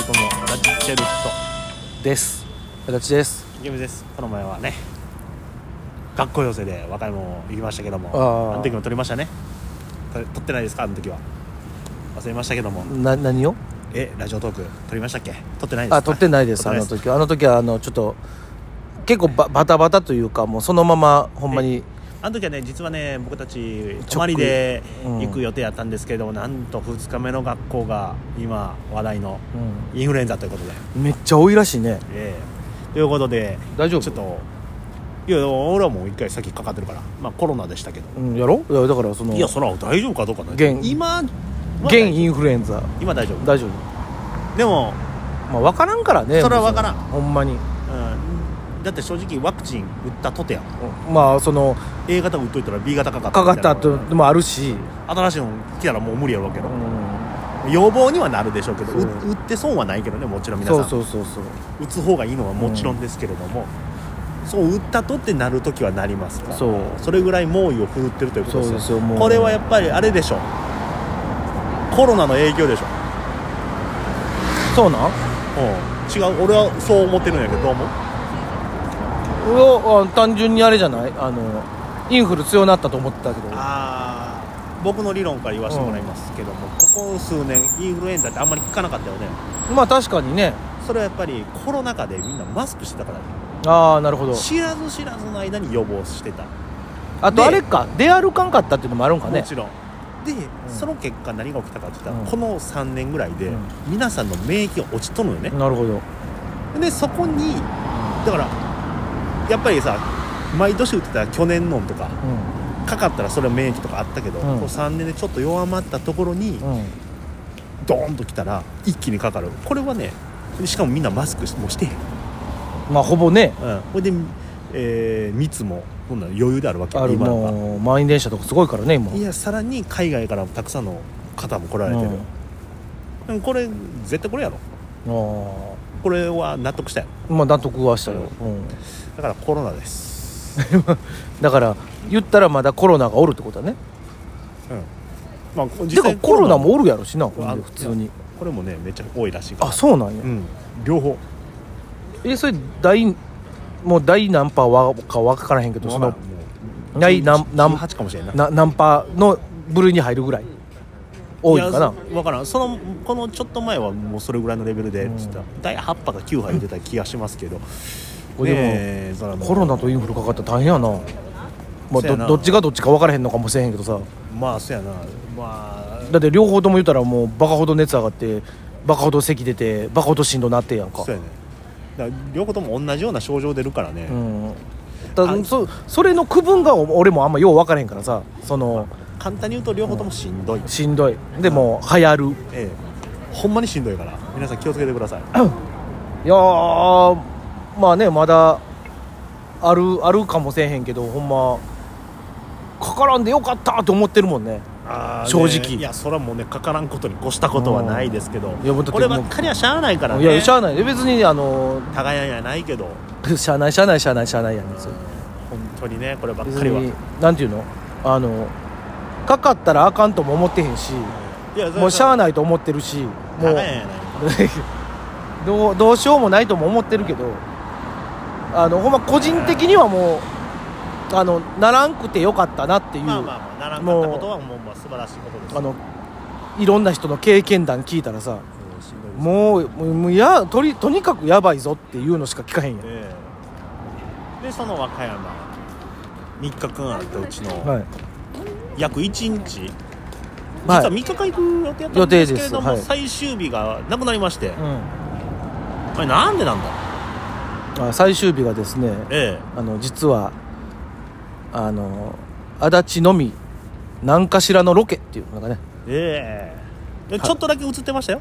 シェルフです私ですトゲームですこの前はね学校寄せで和歌山も行きましたけどもあーあの時も撮りましたね撮撮ってないですかあの時は忘れましたけどもな何をえラジオトーク撮りましたっけ撮ってないですかあ撮ってないで す撮あってのない時はあの時はあのちょっと結構ババタバタというかもうそのままほんまにあの時はね実はね僕たち泊まりでうん行く予定やったんですけども、なんと2日目の学校が今話題のうインフルエンザということで、んめっちゃ多いらしいねええということで大丈夫ちょっといや俺はもう一回先かかってるからまあコロナでしたけど、うんやろいやだからそのいやそら大丈夫かどうかね現今は現大丈インフルエンザ夫今大丈夫大丈夫でも、まあ分からんからねそれはもう分からんほんまにうん、だって正直ワクチン打ったとてやんまあその A 型打っといたら B 型かかったかみかたいっなた後でもあるし、新しいの来たらもう無理やろうけどう、ん、予防にはなるでしょうけどそうう打って損はないけどねもちろん皆さそんうそうそうそう打つ方がいいのはもちろんですけれども、そう打ったとってなるときはなりますからそうそれぐらい猛威を振るってるということですよそうですよもうこれはやっぱりあれでしょコロナの影響でしょ、そうなうんん、違う俺はそう思ってるんやけどどう思ううわあ単純にあれじゃないあのインフル強なったと思ってたけどあー僕の理論から言わせてもらいますけども、ここ数年インフルエンザってあんまり効かなかったよねまあ確かにねそれはやっぱりコロナ禍でみんなマスクしてたからねああなるほど知らず知らずの間に予防してた、あとであれか出歩かんかったっていうのもあるんかもねちろんで、その結果何が起きたかって言ったら、うんこの3年ぐらいでうん皆さんの免疫が落ちとるのよね、なるほどでそこにだからやっぱりさ毎年打ってた去年のとかうかかったらそれは免疫とかあったけど、んこう3年でちょっと弱まったところに、ん、うん、ドーンときたら一気にかかるこれはねしかもみんなマスクもしてへん、まあほぼねうん、これで、えー密もそんな余裕であるわけある今のがもう満員電車とかすごいからね今いやさらに海外からもたくさんの方も来られてる、でもこれ絶対これやろうんあこれは納得したよあまあ納得はしたよ、うん、 だからコロナです、だから言ったらまだコロナがおるってことだねうんまあ、実てかコロナもおるやろしなほあんで普通にこれもねめっちゃ多いらしいからあそうなんや、うん両方えそれ大もう第何パーはか分からへんけどそまあのもうないなんなん18かもしれんないな何パーの部類に入るぐらい多いかな分からんそのこのちょっと前はもうそれぐらいのレベルで、うんちょっと第8波か9波出てた気がします けど、これでも、ねえそらもうコロナとインフルかかったら大変やな,、まそあ、うやどなどっちがどっちか分からへんのかもしれへんけどさまあそうやなまだって両方とも言ったらもうバカほど熱上がってバカほど咳出てバカほどしんどなってやんあかそうやねだから両方とも同じような症状出るからね、うんだあそそれの区分がお俺もあんまよう分からへんからさその簡単に言うと両方ともしんどい、しんどいでも流行るええほんまにしんどいから皆さん気をつけてくださいいやーまあねまだあるあるかもせえへんけどほんまかからんでよかったと思ってるもんねあーね正直いやそれはもうねかからんことに越したことはないですけど、んいやもうだってこればっかりはしゃあないからねいやしゃあない別にあの互いにはないけどしゃあないしゃあないしゃあないしゃあないやんですよ本当にねこればっ別かりはになんていうのあのかかったらあかんとも思ってへんしいやそれもうしゃあないと思ってるしも互いうやない どうどうしようもないとも思ってるけどあのほんま個人的にはもうあのならんくてよかったなっていう、まあまあまあならんかったことはもうまあ素晴らしいことですあのいろんな人の経験談聞いたらさうんしんどいですもうもうもうやとりとにかくやばいぞっていうのしか聞かへんやん、ええでその和歌山3日間あったうちのはい、約1日、実はいは3日間行く予定だったんですけれども、予定です最終日がなくなりまして、うあれなんでなんだんあ、最終日がですねえあの実はあの足立のみ何かしらのロケっていうのがねえええではいちょっとだけ映ってましたよ、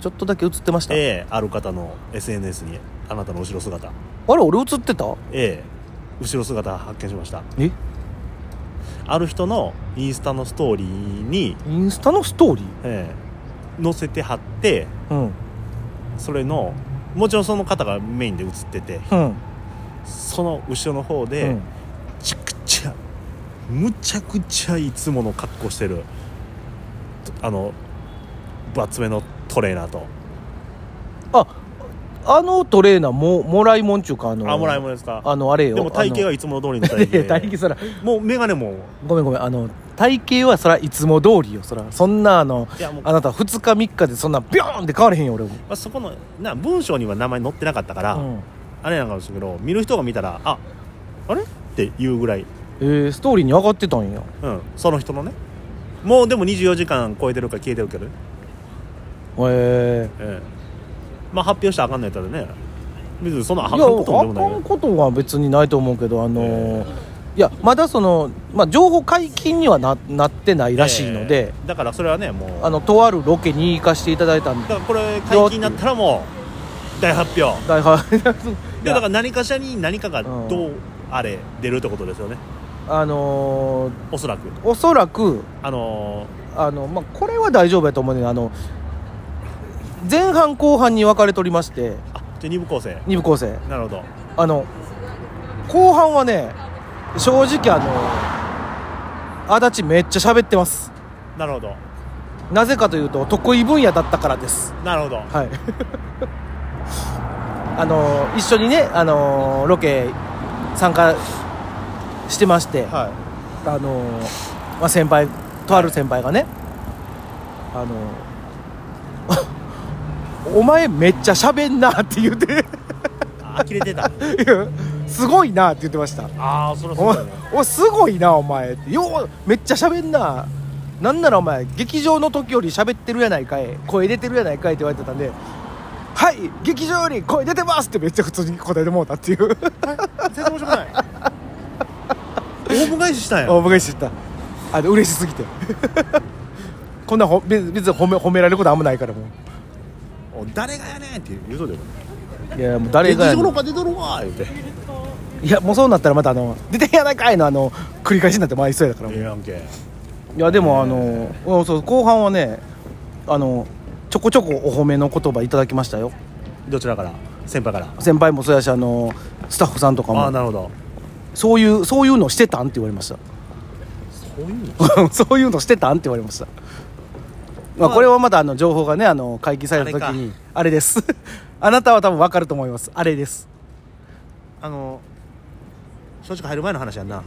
ちょっとだけ映ってました、ええある方の SNS にあなたの後ろ姿あれ俺映ってたええ後ろ姿発見しましたえある人のインスタのストーリーに、インスタのストーリええ載せて貼ってーうんそれのもちろんその方がメインで写っててうん、その後ろの方うでん、ちくちゃむちゃくちゃいつもの格好してるあのバツ目のトレーナーとああのトレーナーももらいもんちゅうかあのあもらいもんですかあのあれよでも体型はいいつも通りの体型や体型そらもう眼鏡もごめんごめんあの体型はそらいつも通りよそらそんなあのいやもうあなた2日3日でそんなビョーンって変われへんよ俺も、まあ、そこのな文章には名前載ってなかったから、うんあれなんかもしれないけど見る人が見たらああれっていうぐらい、えーストーリーに上がってたんやうん、その人のねもうでも24時間超えてるか消えてるけどね、えええまあ発表したらあかんのやったらね別にそんなあかー、いんやこともでもあないかよんことは別にないと思うけどあのーえいやまだその、まあ、情報解禁にはななってないらしいので、ええだからそれはねもうあのとあるロケに行かせていただいたんだでからこれ解禁になったらもう大発表だいでだから何かしらに何かがうんどうあれ出るってことですよね あのーおそらくおそらくあのあの、まあ、これは大丈夫やと思うねんあの前半後半に分かれておりましてーあじゃあ2部構成2部構成なるほどあの後半はね正直あの足立めっちゃ喋ってますなるほどなぜかというと得意分野だったからですなるほどはい あの一緒にねあのロケ参加してまして、はいあのまあ、先輩とある先輩がね、あの お前めっちゃ喋んなって言うてあ呆れてたいやすごいなって言ってました ああそりゃおそう 前だよねお すごいなお前ってようめっちゃ喋んななんならお前劇場の時より喋ってるやないかい声出てるやないかいって言われてたんで「はい劇場より声出てます」ってめっちゃ普通に答えてもうたっていう全然面白く ない大分返ししたんやお迎えしてたあの嬉しすぎて こんなほ別別に褒め褒められることあんまないからもお誰がやねんって言うとでもういやもう誰が劇場の方が出とるわー言ういやもうそうなったらまたあの「出てんやないかい」のあの繰り返しになってまいそうやからもてうええやんけいやでもあの、うんそう後半はねあのちょこちょこお褒めの言葉いただきましたよどちらから先輩から先輩もそうやしあのスタッフさんとかああもなるほどそういうそういうのしてたんって 言われましそういうのたそういうのしてたんって言われました、まあ、まあこれはまだあの情報がねあの解禁された時あれにあれです あなたは多分分かると思いますあれですあの正直入る前の話やんな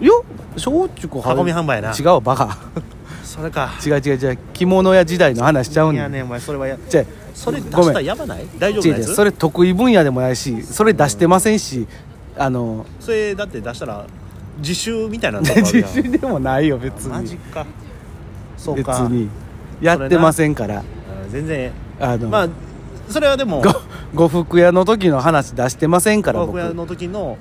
いや小中囲み販売やな違うバカ それか違う違う違う着物屋時代の話しちゃうんいだやねお前それはやじゃあそれ出ごしめたらんやばない大丈夫違うな違やうつそれ得意分野でもないしそれ出してませんしあ のそれだって出したら自習みたいなのとかある自や ん信でもないよ別マジにかそ別うかにやってませんからうん全然あの、まあそれはでも ご呉服屋の時の話出してませんから僕僕屋の時の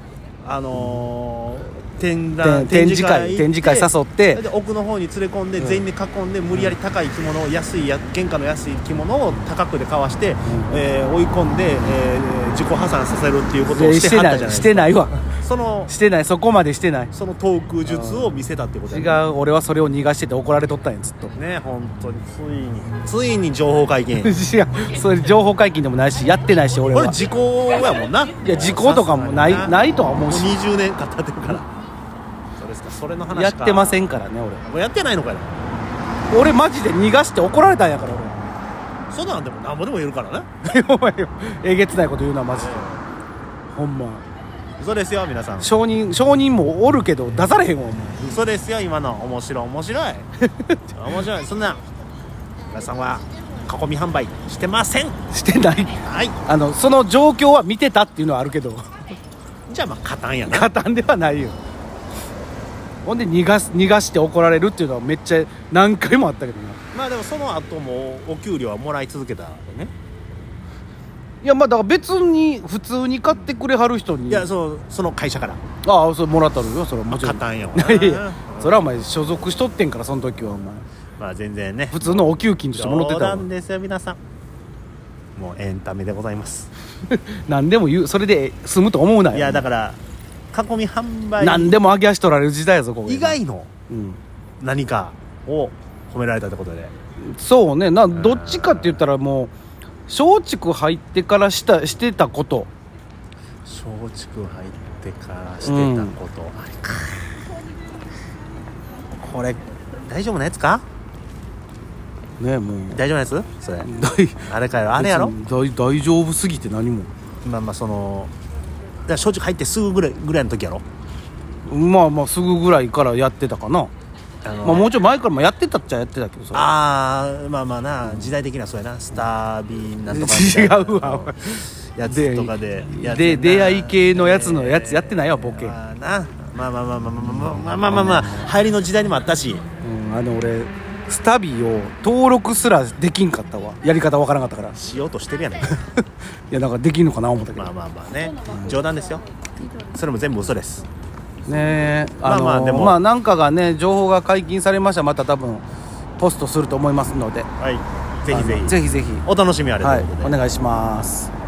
あのー展展覧展示会展示会っ誘ってで奥の方に連れ込んで、うん全員で囲んで無理やり高い着物を安いや原価の安い着物を高くで買わして、えー追い込んで、えー自己破産させるっていうことをしてしてはっなたいじゃないですかしてないわそのしてないそこまでしてないそのトーク術を見せたってこと違やう俺はそれを逃がしてて怒られとったんやずっと ね本当についについに情報解禁違うそれ情報解禁でもないしやってないし俺これは時効やもんないいや時効とかもないないとはも思ううし20年経ってるからそうですかそれの話かやってまんせんからね俺もうやってないのかよ俺マジで逃がして怒られたんやから俺 そんなんでもなんぼでも言えるからねお前よえげつないこと言うなマジでほんま嘘ですよ皆さ ん証人証人もおるけど出されへんわお前嘘ですよ今の面白い面 白い面白いそんな皆さんは囲み販売してませんしてないはいあのその状況は見てたっていうのはあるけどじゃあまあ勝たんやな簡単ではないよほんで逃がす逃がして怒られるっていうのはめっちゃ何回もあったけどな まあでもその後もお給料はもらい続けたんでねいやまあだから別に普通に買ってくれはる人にいやそうその会社からああそれもらったのよそれはもちろ勝んたんやわ いなやいやそれはお前所属しとってんからその時はお前まあ全然ね普通のお給金としてもらってたわ冗談ですよ皆さんもうエンタメでございます何でも言うそれで済むと思うなよいやだから囲み販売何でも揚げ足取られる時代やぞここ以外のうん何かを褒められたってことでそうねなどっちかって言ったらもう松竹入ってからしたしてたこと松竹入ってからしててたたこと、あれかこれ大丈夫なやつかねもう大丈夫なやつそれ大あれかよあれやろ別に大大丈夫すぎて何もまあまあそのだから焼酎入ってすぐぐらいぐらいの時やろまあまあすぐぐらいからやってたかな、あのまあ、もうちょい前からもやってたっちゃやってたけどさああまあまあな時代的にはそうやなスタービーンなんとかみた違いなうわやつとかでやってでんな出会い系のやつのやつやってないわボケ、まあなまあまあまあまあまあまあまあまあまあ流行りの時代にもあったしうん、あの俺スタビを登録すらできんかったわやり方わからんかったからいしようとしてるやないやなんかできんのかな思ったけど、まあまあまあね冗談ですよそれも全部嘘ですねえあのまあまあでもまあなんかがね情報が解禁されましたらまた多分ポストすると思いますのではいぜひぜひぜひぜひお楽しみあれとはいいうことでお願いします